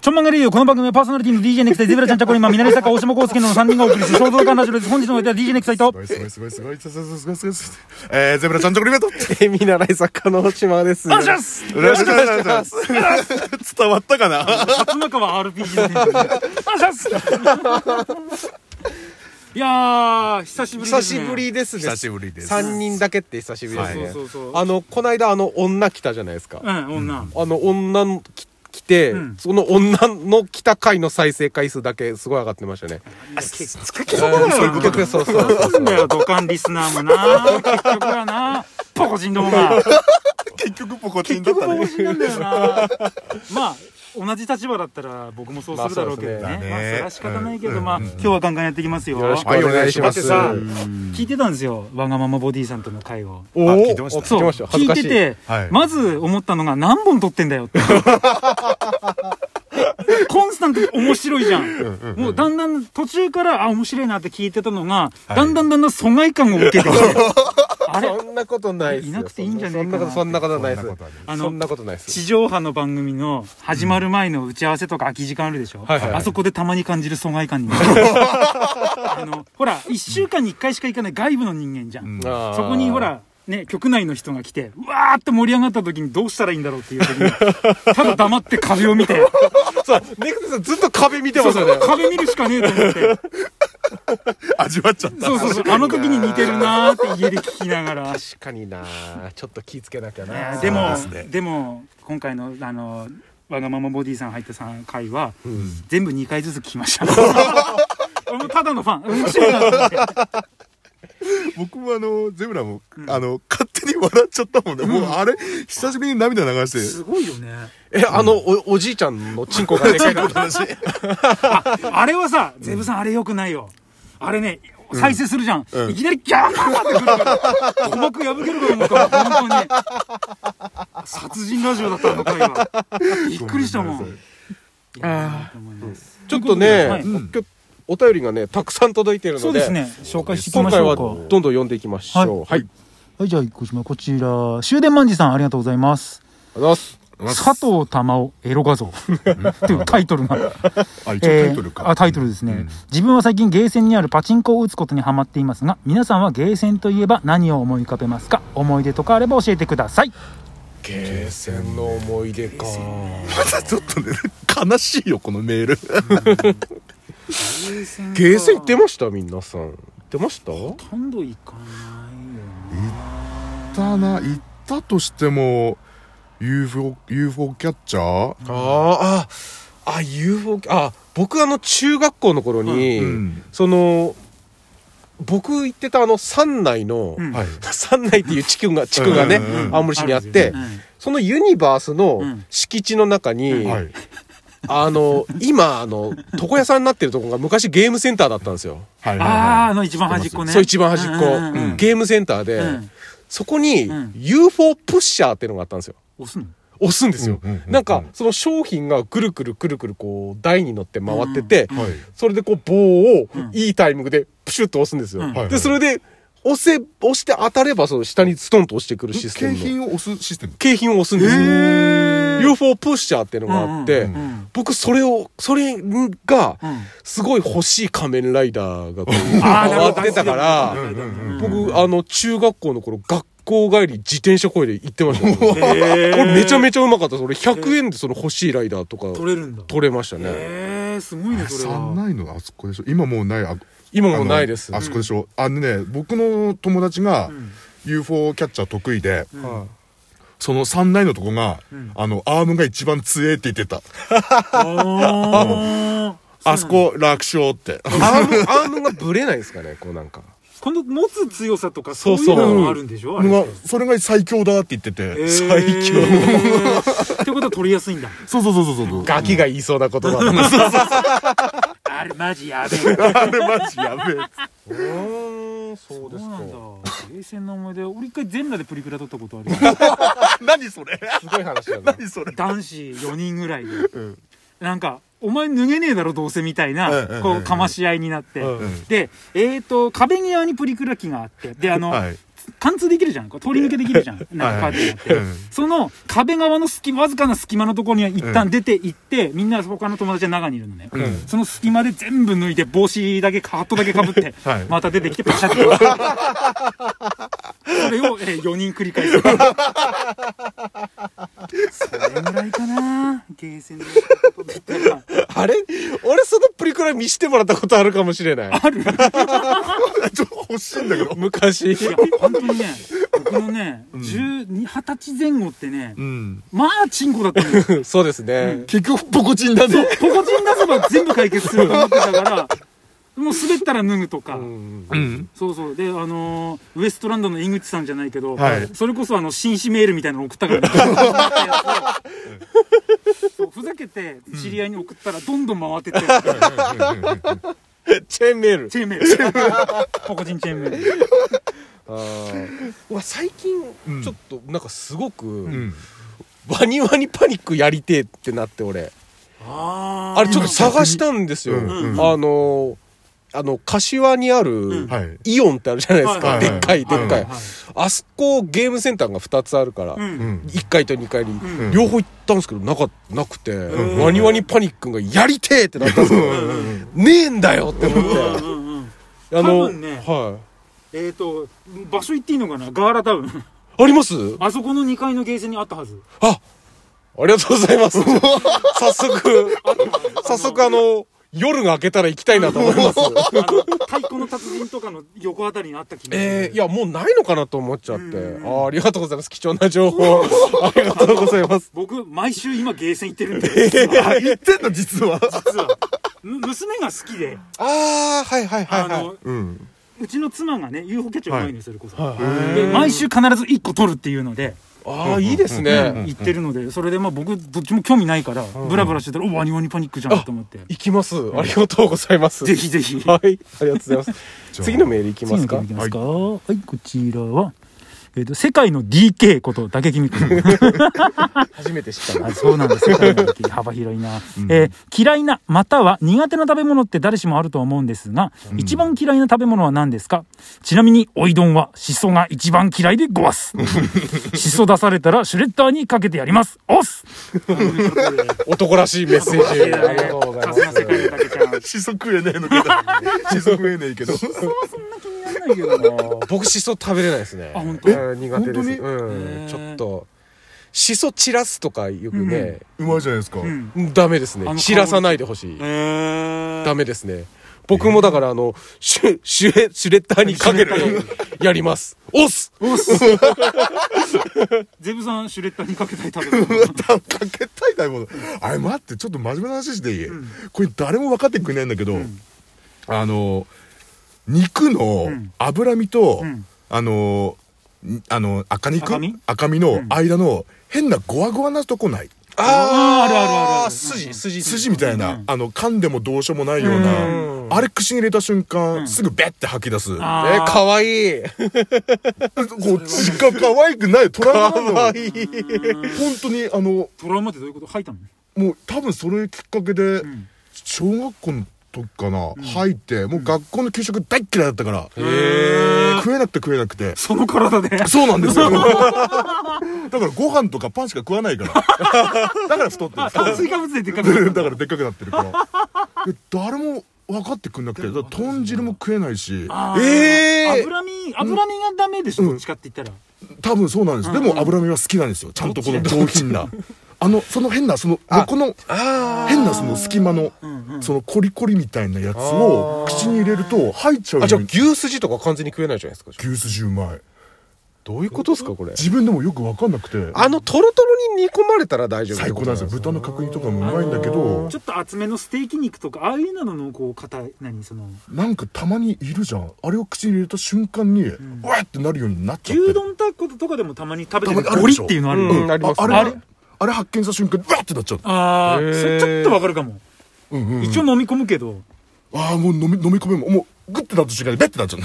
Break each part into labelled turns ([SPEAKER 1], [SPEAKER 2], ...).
[SPEAKER 1] ちょんまんがレディオ、この番組はパーソナリティの DJ ネクサイ、ゼブラちゃん、チャコリンマン、南坂、大島康介の3人がお送りする、想像感ラジオです。本日のお相手は DJ ネクサイと、
[SPEAKER 2] すごいすごいすごいすごいすごいすごいすごいすごい。えー、ゼブラちゃんチョコリメント。
[SPEAKER 3] え見習い作家の大島です。
[SPEAKER 1] お願いします
[SPEAKER 2] よろしくお願いします。伝わったかな
[SPEAKER 1] 初中は RPG で。お願いしますいやー、久しぶりで
[SPEAKER 3] 久
[SPEAKER 1] す、
[SPEAKER 3] し
[SPEAKER 1] ね。
[SPEAKER 3] ぶりですね。
[SPEAKER 2] 久しぶりです。
[SPEAKER 3] 三人だけって久しぶりですね。
[SPEAKER 1] そうそうそうそう
[SPEAKER 3] あの、こないだあの女来たじゃないですか。
[SPEAKER 1] うん、女。
[SPEAKER 3] あの女のき来て、
[SPEAKER 1] ん
[SPEAKER 3] その女の来た回の再生回数だけすごい上がってましたね。
[SPEAKER 1] そういう
[SPEAKER 3] 結
[SPEAKER 1] こと
[SPEAKER 3] 局そうそうそう
[SPEAKER 1] なんだよ、土管リスナーもな。結局はな。ポコチンどもが。
[SPEAKER 2] 結局ポコチンだったね。
[SPEAKER 1] なんだよな。まあ。同じ立場だったら僕もそうするだろうけどね,、ま
[SPEAKER 3] ま
[SPEAKER 1] あ
[SPEAKER 2] そ
[SPEAKER 3] あ
[SPEAKER 2] うで
[SPEAKER 1] そ
[SPEAKER 2] すね
[SPEAKER 1] れは仕方ないけど、
[SPEAKER 2] うん
[SPEAKER 1] まあ、
[SPEAKER 2] うん
[SPEAKER 1] 今日はガンガンやっていきますよ
[SPEAKER 3] よろしくお
[SPEAKER 2] はいお願
[SPEAKER 3] 願
[SPEAKER 2] い
[SPEAKER 3] い
[SPEAKER 2] し
[SPEAKER 3] し
[SPEAKER 2] ま
[SPEAKER 3] ますす。
[SPEAKER 1] だってさ聞いてたんですよわがままボディさんとの会を
[SPEAKER 3] おお
[SPEAKER 2] あ聞いてました
[SPEAKER 3] 聞きました。恥ず
[SPEAKER 1] 聞い
[SPEAKER 3] かしてい。
[SPEAKER 1] て、
[SPEAKER 2] はい
[SPEAKER 1] まず思ったのが何本撮ってんだよって コンスタントに面白いじゃん,、もうだんだん途中からあ面白いなって聞いてたのが、
[SPEAKER 2] い
[SPEAKER 1] だんだんだんだん疎外感を受けてき てあれ
[SPEAKER 3] そんなことないっすよ。
[SPEAKER 1] いなくていいんじゃねえかな
[SPEAKER 3] そんなことそんなことないっす
[SPEAKER 2] そんなことはない。
[SPEAKER 1] あの
[SPEAKER 3] そんなことないっす。
[SPEAKER 1] 地上波の番組の始まる前の打ち合わせとか空き時間あるでしょ、
[SPEAKER 3] はいはいはい
[SPEAKER 1] あそこでたまに感じる疎外感 にあのほら1週間に1回しか行かない外部の人間じゃん、
[SPEAKER 2] うん
[SPEAKER 3] あー
[SPEAKER 1] そこにほらね、局内の人が来て、うわーって盛り上がった時にどうしたらいいんだろうっていう時に、ただ黙って壁を見て、
[SPEAKER 3] そうネクタさんずっと壁見てますよね。
[SPEAKER 1] 壁見るしかねえと思って、
[SPEAKER 2] 味わっちゃった。
[SPEAKER 1] そうそうそう、あの時に似てるなーって家で聞きながら。
[SPEAKER 3] 確かになちょっと気ぃつけなきゃ
[SPEAKER 1] いや
[SPEAKER 3] な
[SPEAKER 1] ーでも
[SPEAKER 2] そう
[SPEAKER 1] で
[SPEAKER 2] ですね
[SPEAKER 1] も今回のあのわがままボディさん入った3回は、全部2回ずつ聞きました俺もただのファン面白いなと思って
[SPEAKER 2] 僕もあの、ゼブラも、あの、勝手に笑っちゃったもんね。もうあれ、久しぶりに涙流して。
[SPEAKER 1] すごいよね
[SPEAKER 3] え、あの、お、おじいちゃんのチンコが でかいの話。
[SPEAKER 1] あれはさゼブさんあれよくないよあれね再生するじゃん、
[SPEAKER 2] うん
[SPEAKER 1] いきなりギャーってくるから鼓膜破けるかと思ったから本当に殺人ラジオだったあの回はびっくりしたもんあ
[SPEAKER 3] ちょっと
[SPEAKER 1] はい
[SPEAKER 3] ね、今日お便りがね、たくさん届いてるので、
[SPEAKER 1] そうですね紹介していき
[SPEAKER 3] 今
[SPEAKER 1] まし
[SPEAKER 3] 回
[SPEAKER 1] ょ
[SPEAKER 3] は
[SPEAKER 1] うか
[SPEAKER 3] どんどん読んでいきましょう。はい。ありが
[SPEAKER 1] はい、じゃあ、こちら、こちら、終電万事さん、ありがとうございます。
[SPEAKER 3] とうございます。
[SPEAKER 1] 佐藤珠緒エロ画 像。というタイトルが。
[SPEAKER 2] あ、一応
[SPEAKER 1] え
[SPEAKER 2] タ
[SPEAKER 1] ー
[SPEAKER 2] イトルか。
[SPEAKER 1] あタイトルですね、
[SPEAKER 2] うん
[SPEAKER 1] 自分は最近ゲーセンにあるパチンコを打つことにハマっていますが皆さんはゲーセンといえば何を思い浮かべますか思い出とかあれば教えてください
[SPEAKER 3] ゲーセンの思い出か。
[SPEAKER 2] まだちょっとね、悲しいよ、このメール。
[SPEAKER 3] ゲーセン行ってました皆さん。行ってました
[SPEAKER 1] ほとんど行かないよ
[SPEAKER 2] たな、行ったとしても、UFO、UFO キャッチャー
[SPEAKER 3] あーあ、あ、UFO、あ、僕あの中学校の頃に、
[SPEAKER 2] うん
[SPEAKER 3] その、僕行ってたあの山内の、
[SPEAKER 1] うん
[SPEAKER 2] はい。
[SPEAKER 3] 山内っていう地区が、地区がね
[SPEAKER 2] うんうんう、ん
[SPEAKER 3] 青森市にあって、
[SPEAKER 1] う
[SPEAKER 3] そのユニバースの
[SPEAKER 1] うん
[SPEAKER 3] 敷地の中に、
[SPEAKER 2] はい。
[SPEAKER 3] あの、今、あの、床屋さんになってるとこが昔ゲームセンターだったんですよ。
[SPEAKER 2] はい。
[SPEAKER 1] ん、あああの一番端っこね
[SPEAKER 3] そう、一番端っこ。
[SPEAKER 1] うんうんうん
[SPEAKER 3] ゲームセンターで、
[SPEAKER 1] うん
[SPEAKER 3] そこに
[SPEAKER 1] うん
[SPEAKER 3] UFO プッシャーっていうのがあったんですよ。
[SPEAKER 1] 押すの
[SPEAKER 3] 押すんですよ
[SPEAKER 2] うんうんうんう。ん
[SPEAKER 3] なんか、その商品がぐるぐるぐるぐるこう、台に乗って回ってて、
[SPEAKER 2] はい。
[SPEAKER 3] それでこう、棒を
[SPEAKER 1] ん
[SPEAKER 3] いいタイミングでプシュッと押すんですよ。
[SPEAKER 1] うん
[SPEAKER 2] はい
[SPEAKER 3] で、それで、押せ、押して当たれば、その下にストンと押してくるシステ
[SPEAKER 2] 景
[SPEAKER 3] ムの。
[SPEAKER 2] 品を押すシステム。
[SPEAKER 3] 景品を押すんですよ。
[SPEAKER 2] へー
[SPEAKER 3] UFO プッシャーっていうのがあって、
[SPEAKER 1] うんうん
[SPEAKER 3] 僕それを、それが
[SPEAKER 1] うん、
[SPEAKER 3] すごい欲しい仮面ライダーがこう
[SPEAKER 1] あーなるほ
[SPEAKER 3] 回
[SPEAKER 1] ど
[SPEAKER 3] ってたから、僕、あの、中学校の頃、学校帰り自転車こいで行ってましたよ。これめちゃめちゃうまかったです。俺100円でその欲しいライダーとか
[SPEAKER 1] 取れるんだ
[SPEAKER 3] 取れましたね。
[SPEAKER 1] えー、すごいねそれ
[SPEAKER 2] 三
[SPEAKER 1] は
[SPEAKER 2] 内のあそこでしょ今もうないあ
[SPEAKER 3] 今もうないです
[SPEAKER 2] あのあそこでしょ、あのね僕の友達が UFO キャッチャー得意で、
[SPEAKER 3] はい
[SPEAKER 2] その三内のとこが、あのアームが一番強えって言ってた
[SPEAKER 1] ああ
[SPEAKER 2] あそこ楽勝って
[SPEAKER 3] アーム、アームがブレないですかね、こうなんか。
[SPEAKER 1] この持つ強さとかそ
[SPEAKER 3] そうう
[SPEAKER 1] い
[SPEAKER 3] そうう
[SPEAKER 1] のもあるんでしょあれ
[SPEAKER 2] のがそれが最強だって言ってて、
[SPEAKER 1] 最強、ってことは取りやすいんだ
[SPEAKER 2] そうそうそうそうそう
[SPEAKER 3] ガキが言いそうな言葉だな。
[SPEAKER 1] あれマジやべえ
[SPEAKER 2] あれマジやべえ
[SPEAKER 3] うーんそうです
[SPEAKER 1] そうなんだ
[SPEAKER 3] か。
[SPEAKER 1] 冷戦の思い出俺一回全裸でプリクラ撮ったことあ る
[SPEAKER 2] 何それ
[SPEAKER 3] すごい話だな。
[SPEAKER 2] 何それ
[SPEAKER 1] 男子4人ぐらいで、
[SPEAKER 2] ん
[SPEAKER 1] なんかお前脱げねえだろどうせみたいな、
[SPEAKER 2] うんうんうん
[SPEAKER 1] こうかまし合いになって、
[SPEAKER 3] うん
[SPEAKER 1] でえっ、と壁際にプリクラ機があってであの、
[SPEAKER 2] はい
[SPEAKER 1] 貫通できるじゃんこう通り抜けできるじゃんなんかカーテンになってその壁側の隙間わずかな隙間のところには一旦出て行って、みんな他の友達は中にいるのね、その隙間で全部脱いで帽子だけハットだけかぶって、
[SPEAKER 2] はい
[SPEAKER 1] また出てきて パシャッてそれを、え4人繰り返すそれぐらいかなゲーセンでやったことって言ったら
[SPEAKER 3] あれ俺そのプリクラ見してもらったことあるかもしれない。
[SPEAKER 1] ある
[SPEAKER 2] ちょっと欲しいんだけど。
[SPEAKER 3] 昔。
[SPEAKER 1] いや本当にね僕のね12 20歳前後ってね、
[SPEAKER 2] うん。
[SPEAKER 1] まあチンコだったのよ
[SPEAKER 3] そうですね。
[SPEAKER 2] 結局、ポコチンだね。
[SPEAKER 1] ポコチン出せば全部解決すると思ってたからもう滑ったら脱ぐとか、
[SPEAKER 3] うん
[SPEAKER 2] うん。
[SPEAKER 1] そうそうであのーウエストランドの井口さんじゃないけど、
[SPEAKER 2] はい
[SPEAKER 1] それこそあの紳士メールみたいなの送ったからねそうふざけて知り合いに送ったらどんどん回ってって、
[SPEAKER 3] チェーンメール。
[SPEAKER 1] チェーンメールポコチンチェーンメール
[SPEAKER 3] あーうわ最近
[SPEAKER 2] うん
[SPEAKER 3] ちょっとなんかすご
[SPEAKER 2] う
[SPEAKER 3] く
[SPEAKER 2] ん。
[SPEAKER 3] ワニワニパニックやりてえってなって俺
[SPEAKER 1] あ
[SPEAKER 3] あれちょっと探したんですよあ
[SPEAKER 2] うん
[SPEAKER 1] うん
[SPEAKER 3] のあの柏にあ
[SPEAKER 1] うん
[SPEAKER 3] る
[SPEAKER 2] はい。
[SPEAKER 3] イオンってあるじゃないです
[SPEAKER 1] は
[SPEAKER 3] か
[SPEAKER 1] いはい
[SPEAKER 3] で
[SPEAKER 1] はい
[SPEAKER 3] っかいでっか
[SPEAKER 2] う
[SPEAKER 3] いあそこゲームセンターが2つあるから
[SPEAKER 1] う
[SPEAKER 2] うんん。
[SPEAKER 3] 1階と2階に
[SPEAKER 1] うん
[SPEAKER 3] 両方行ったんですけどなかなくて
[SPEAKER 1] うん
[SPEAKER 3] ワニワニパニックがやりてえってなったんですよ
[SPEAKER 1] うんうん
[SPEAKER 3] ねえんだよって思
[SPEAKER 1] うん
[SPEAKER 3] っ
[SPEAKER 1] うんうん
[SPEAKER 3] てあの
[SPEAKER 1] 多分ね
[SPEAKER 3] は
[SPEAKER 1] えー、と場所行っていいのかなガーラタウン
[SPEAKER 3] いあります
[SPEAKER 1] あそこの2階のゲーセンにあったはず
[SPEAKER 3] あありがとうござ います。早速、早速あの、夜が明けたら行きたいなと思い ます。
[SPEAKER 1] あの太鼓の達人とかの横あたりにあった気がする
[SPEAKER 3] えー、いや、もうないのかなと思っちゃって。あ
[SPEAKER 1] うん
[SPEAKER 3] ーありがとうございます。貴重な情報。ありがとうござい ます。
[SPEAKER 1] 僕毎週今ゲーセン行ってるん で実は
[SPEAKER 2] あ、言ってんの、実は。
[SPEAKER 1] 実はむ娘が好きで、
[SPEAKER 3] ああ、はいはいはい、
[SPEAKER 1] あ
[SPEAKER 3] は
[SPEAKER 1] の
[SPEAKER 2] うん。
[SPEAKER 1] うちの妻がね UFO キャッチャーうまいんですよそれこそ、
[SPEAKER 3] い。
[SPEAKER 1] で毎週必ず1個取るっていうので
[SPEAKER 3] ああ、いいですね。
[SPEAKER 1] 行ってるのでそれでまあ僕どっちも興味ないからブラブラしてたら「おワニワニパニックじゃん」と思って
[SPEAKER 3] 行きます。ありがとうございます。
[SPEAKER 1] ぜひぜひ
[SPEAKER 3] はい。ありがとうございます。
[SPEAKER 2] ゃあ
[SPEAKER 3] 次のメールいきま
[SPEAKER 1] 次の
[SPEAKER 3] す
[SPEAKER 1] 件
[SPEAKER 3] か
[SPEAKER 1] いき。ますかはい、こちらは、えーと「世界の DK ことだけ君くん」
[SPEAKER 3] 初めて知ったな。
[SPEAKER 1] あそうなん ですよ。幅広いな、えー嫌いなまたは苦手な食べ物って誰しもあるとは思うんですが、一番嫌いな食べ物は何ですかちなみにおいどんはしそが一番嫌いでごわ すしそ出されたらシュレッダーにかけてやりますおっ す
[SPEAKER 3] 男らしいメッセージ。 ありがとうござい
[SPEAKER 1] カ
[SPEAKER 3] ま
[SPEAKER 1] ス
[SPEAKER 3] す
[SPEAKER 1] の世。界のだけちゃん
[SPEAKER 2] しそ食えねえのか。しそ食えねえけど。
[SPEAKER 1] ないけどな
[SPEAKER 3] 僕シソ食べれないですね
[SPEAKER 1] あ本当
[SPEAKER 3] うん苦手です
[SPEAKER 2] 本当
[SPEAKER 1] へ
[SPEAKER 3] う
[SPEAKER 1] ー
[SPEAKER 3] んちょっとシソ散らすとかよくね、
[SPEAKER 2] うまいじゃないですか。
[SPEAKER 1] うん
[SPEAKER 3] ダメです
[SPEAKER 1] あの香
[SPEAKER 3] ね
[SPEAKER 1] り
[SPEAKER 3] 散らさないでほしい、
[SPEAKER 1] え
[SPEAKER 3] ダメですね僕もだからあの、シュシュレ シュレッダーにかけて
[SPEAKER 1] シュレ
[SPEAKER 3] やります押す
[SPEAKER 1] おっすゼブさんシュレッダーにかけたい食 べ物
[SPEAKER 2] かけたい食べ物あれ待ってちょっと真面目な話していい、これ誰も分かってくれないんだけど、あの肉の
[SPEAKER 1] ん
[SPEAKER 2] 脂身と、
[SPEAKER 1] うん
[SPEAKER 2] あのにあの赤肉
[SPEAKER 1] 赤身
[SPEAKER 2] の間の変なゴワゴワなとこない、
[SPEAKER 1] あーあるあるあるある
[SPEAKER 3] 筋
[SPEAKER 1] 筋
[SPEAKER 3] 筋
[SPEAKER 2] 筋みたい
[SPEAKER 1] う
[SPEAKER 2] な、
[SPEAKER 1] ん
[SPEAKER 2] あの噛んでもどうしようもないような、
[SPEAKER 3] うん
[SPEAKER 2] あれ口に入れた瞬間、
[SPEAKER 1] ん
[SPEAKER 2] すぐベッて吐き出すこ
[SPEAKER 1] あー
[SPEAKER 3] えかわいいう
[SPEAKER 2] 血が可愛くないトラウマなの
[SPEAKER 3] 可
[SPEAKER 2] 本
[SPEAKER 3] 愛い
[SPEAKER 2] 当にあの
[SPEAKER 1] トラウマってどういうこと吐いたの
[SPEAKER 2] もう多分それきっかけで、
[SPEAKER 1] ん
[SPEAKER 2] 小学校の時かな、入ってもう学校の給食大っ嫌いだったから、
[SPEAKER 3] え
[SPEAKER 2] 食えなくて食えなくて
[SPEAKER 1] その体で
[SPEAKER 2] そうなんです よだからご飯とかパンしか食わないからだから太ってる
[SPEAKER 1] あ炭水化物ででっかく なった
[SPEAKER 2] だからでっかくなってるからで誰も分かってくんなくてだから豚汁も食えないし
[SPEAKER 1] あー
[SPEAKER 3] えー
[SPEAKER 1] 脂身脂身がダメでしょ、
[SPEAKER 2] うん
[SPEAKER 1] どっちかって言ったら
[SPEAKER 2] 多分そうなんです、でも脂身は好きなんですよちゃんとこの上品なあのその変なその横の変なその隙間の、そのコリコリみたいなやつを口に入れると入っちゃう
[SPEAKER 3] あじゃあ
[SPEAKER 2] よ
[SPEAKER 3] 牛すじとか完全に食えないじゃないですか
[SPEAKER 2] 牛すじうまい
[SPEAKER 3] どういうことですかこれ
[SPEAKER 2] 自分でもよく分かんなくて
[SPEAKER 3] あのトロトロに煮込まれたら大丈夫って
[SPEAKER 2] 最
[SPEAKER 3] こ
[SPEAKER 2] 高
[SPEAKER 3] と
[SPEAKER 2] なん
[SPEAKER 3] ね
[SPEAKER 2] ですよ豚の角煮とかもうまいんだけど
[SPEAKER 1] ちょっと厚めのステーキ肉とかああいうののこう硬い何その
[SPEAKER 2] なんかたまにいるじゃんあれを口に入れた瞬間にうわってなるようになっちゃって
[SPEAKER 1] 牛丼たこととかでもたまに食べてる
[SPEAKER 2] たまにある
[SPEAKER 1] ゴ
[SPEAKER 2] で
[SPEAKER 1] リ
[SPEAKER 2] しょ
[SPEAKER 1] っていうのあるよ、
[SPEAKER 3] う
[SPEAKER 1] ね
[SPEAKER 3] んあります
[SPEAKER 2] あ
[SPEAKER 3] ね
[SPEAKER 2] れあれあれ発見した瞬間うわってなっちゃう
[SPEAKER 1] ああ
[SPEAKER 3] へー
[SPEAKER 1] それちょっとわかるかも、
[SPEAKER 2] うんうん
[SPEAKER 1] 一応飲み込むけど
[SPEAKER 2] ああもう飲み飲み込めももうグッてなった瞬間にベッてなっちゃ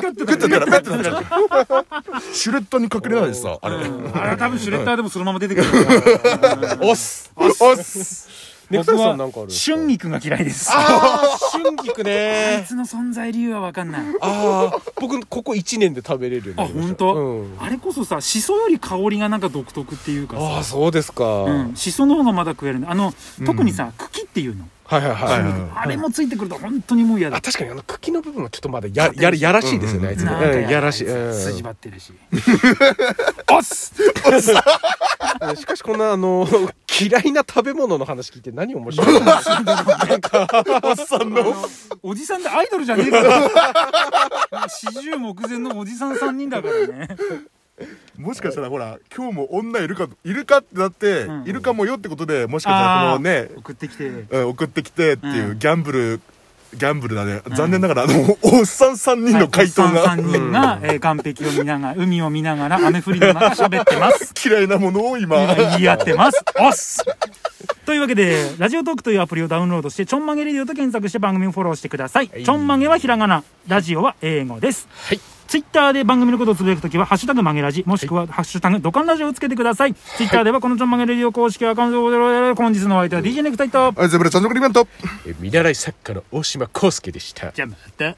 [SPEAKER 2] う
[SPEAKER 1] 食ってたら
[SPEAKER 2] ベッてなっちゃうシュレッダーにかけれないですさあれ
[SPEAKER 1] うんあれ多分シュレッダーでもそのまま出てくるから
[SPEAKER 3] 押す押すネク
[SPEAKER 1] 僕
[SPEAKER 3] タイさ
[SPEAKER 1] は
[SPEAKER 3] んなんかあるんですか
[SPEAKER 1] 春菊が嫌いですあ
[SPEAKER 3] ああ春菊
[SPEAKER 1] い
[SPEAKER 3] ね
[SPEAKER 1] つの存在理由は分かんない
[SPEAKER 3] ああ僕ここ1年で食べれるように
[SPEAKER 1] あ
[SPEAKER 3] なりまし
[SPEAKER 1] 本
[SPEAKER 3] た
[SPEAKER 1] 当、
[SPEAKER 3] うん
[SPEAKER 1] あれこそさしそより香りがなんか独特っていうか
[SPEAKER 3] ああ
[SPEAKER 1] さ
[SPEAKER 3] そうですか、
[SPEAKER 1] うん、しその方がまだ食えるのあの特にさ、茎っていうの
[SPEAKER 3] はいはいはい、
[SPEAKER 2] はい
[SPEAKER 1] あれもついてくると本当にもう嫌だ
[SPEAKER 3] あ確かにあの茎の部分はちょっとまだやややらしいですよね、あいつね
[SPEAKER 1] なんか
[SPEAKER 3] うんやらしい、うん
[SPEAKER 1] 筋張ってる しおっす
[SPEAKER 3] しかしこんなあの嫌いな食べ物の話聞いて何面白 いの
[SPEAKER 2] おっさんの
[SPEAKER 1] おじさんでアイドルじゃねえから四十目前のおじさん3人だからね
[SPEAKER 2] もしかしたらほら今日も女いるかいるかってなって、
[SPEAKER 1] うん
[SPEAKER 2] いるかもよってことでもしかしたらこのね
[SPEAKER 1] あー、送ってきて
[SPEAKER 2] うん送ってきてっていう、
[SPEAKER 1] うん
[SPEAKER 2] ギャンブルギャンブルだね、残念ながらあのおっさん3人の回答が、
[SPEAKER 1] 3人が、えー岸壁を見ながら海を見ながら雨降りの中喋ってます
[SPEAKER 2] 嫌いなものを今
[SPEAKER 1] 今言い合ってます。おっすというわけで、ラジオトークというアプリをダウンロードして、ちょんまげレディオと検索して番組をフォローしてください。
[SPEAKER 3] い
[SPEAKER 1] ちょんまげはひらがな、ラジオは英語です。
[SPEAKER 3] はい
[SPEAKER 1] ツイッターで番組のことをつぶやくときは、ハッシュタグ曲げラジ、もしくは、ハッシュタグドカンラジオをつけてください。ツイッターでは、このちょんまげレディオ公式アカウントを、本日のお相手は DJ ネクタイと、
[SPEAKER 2] あゼブラちゃんのクリメント
[SPEAKER 3] え見習い作家の大島康介でした
[SPEAKER 1] じゃあまた。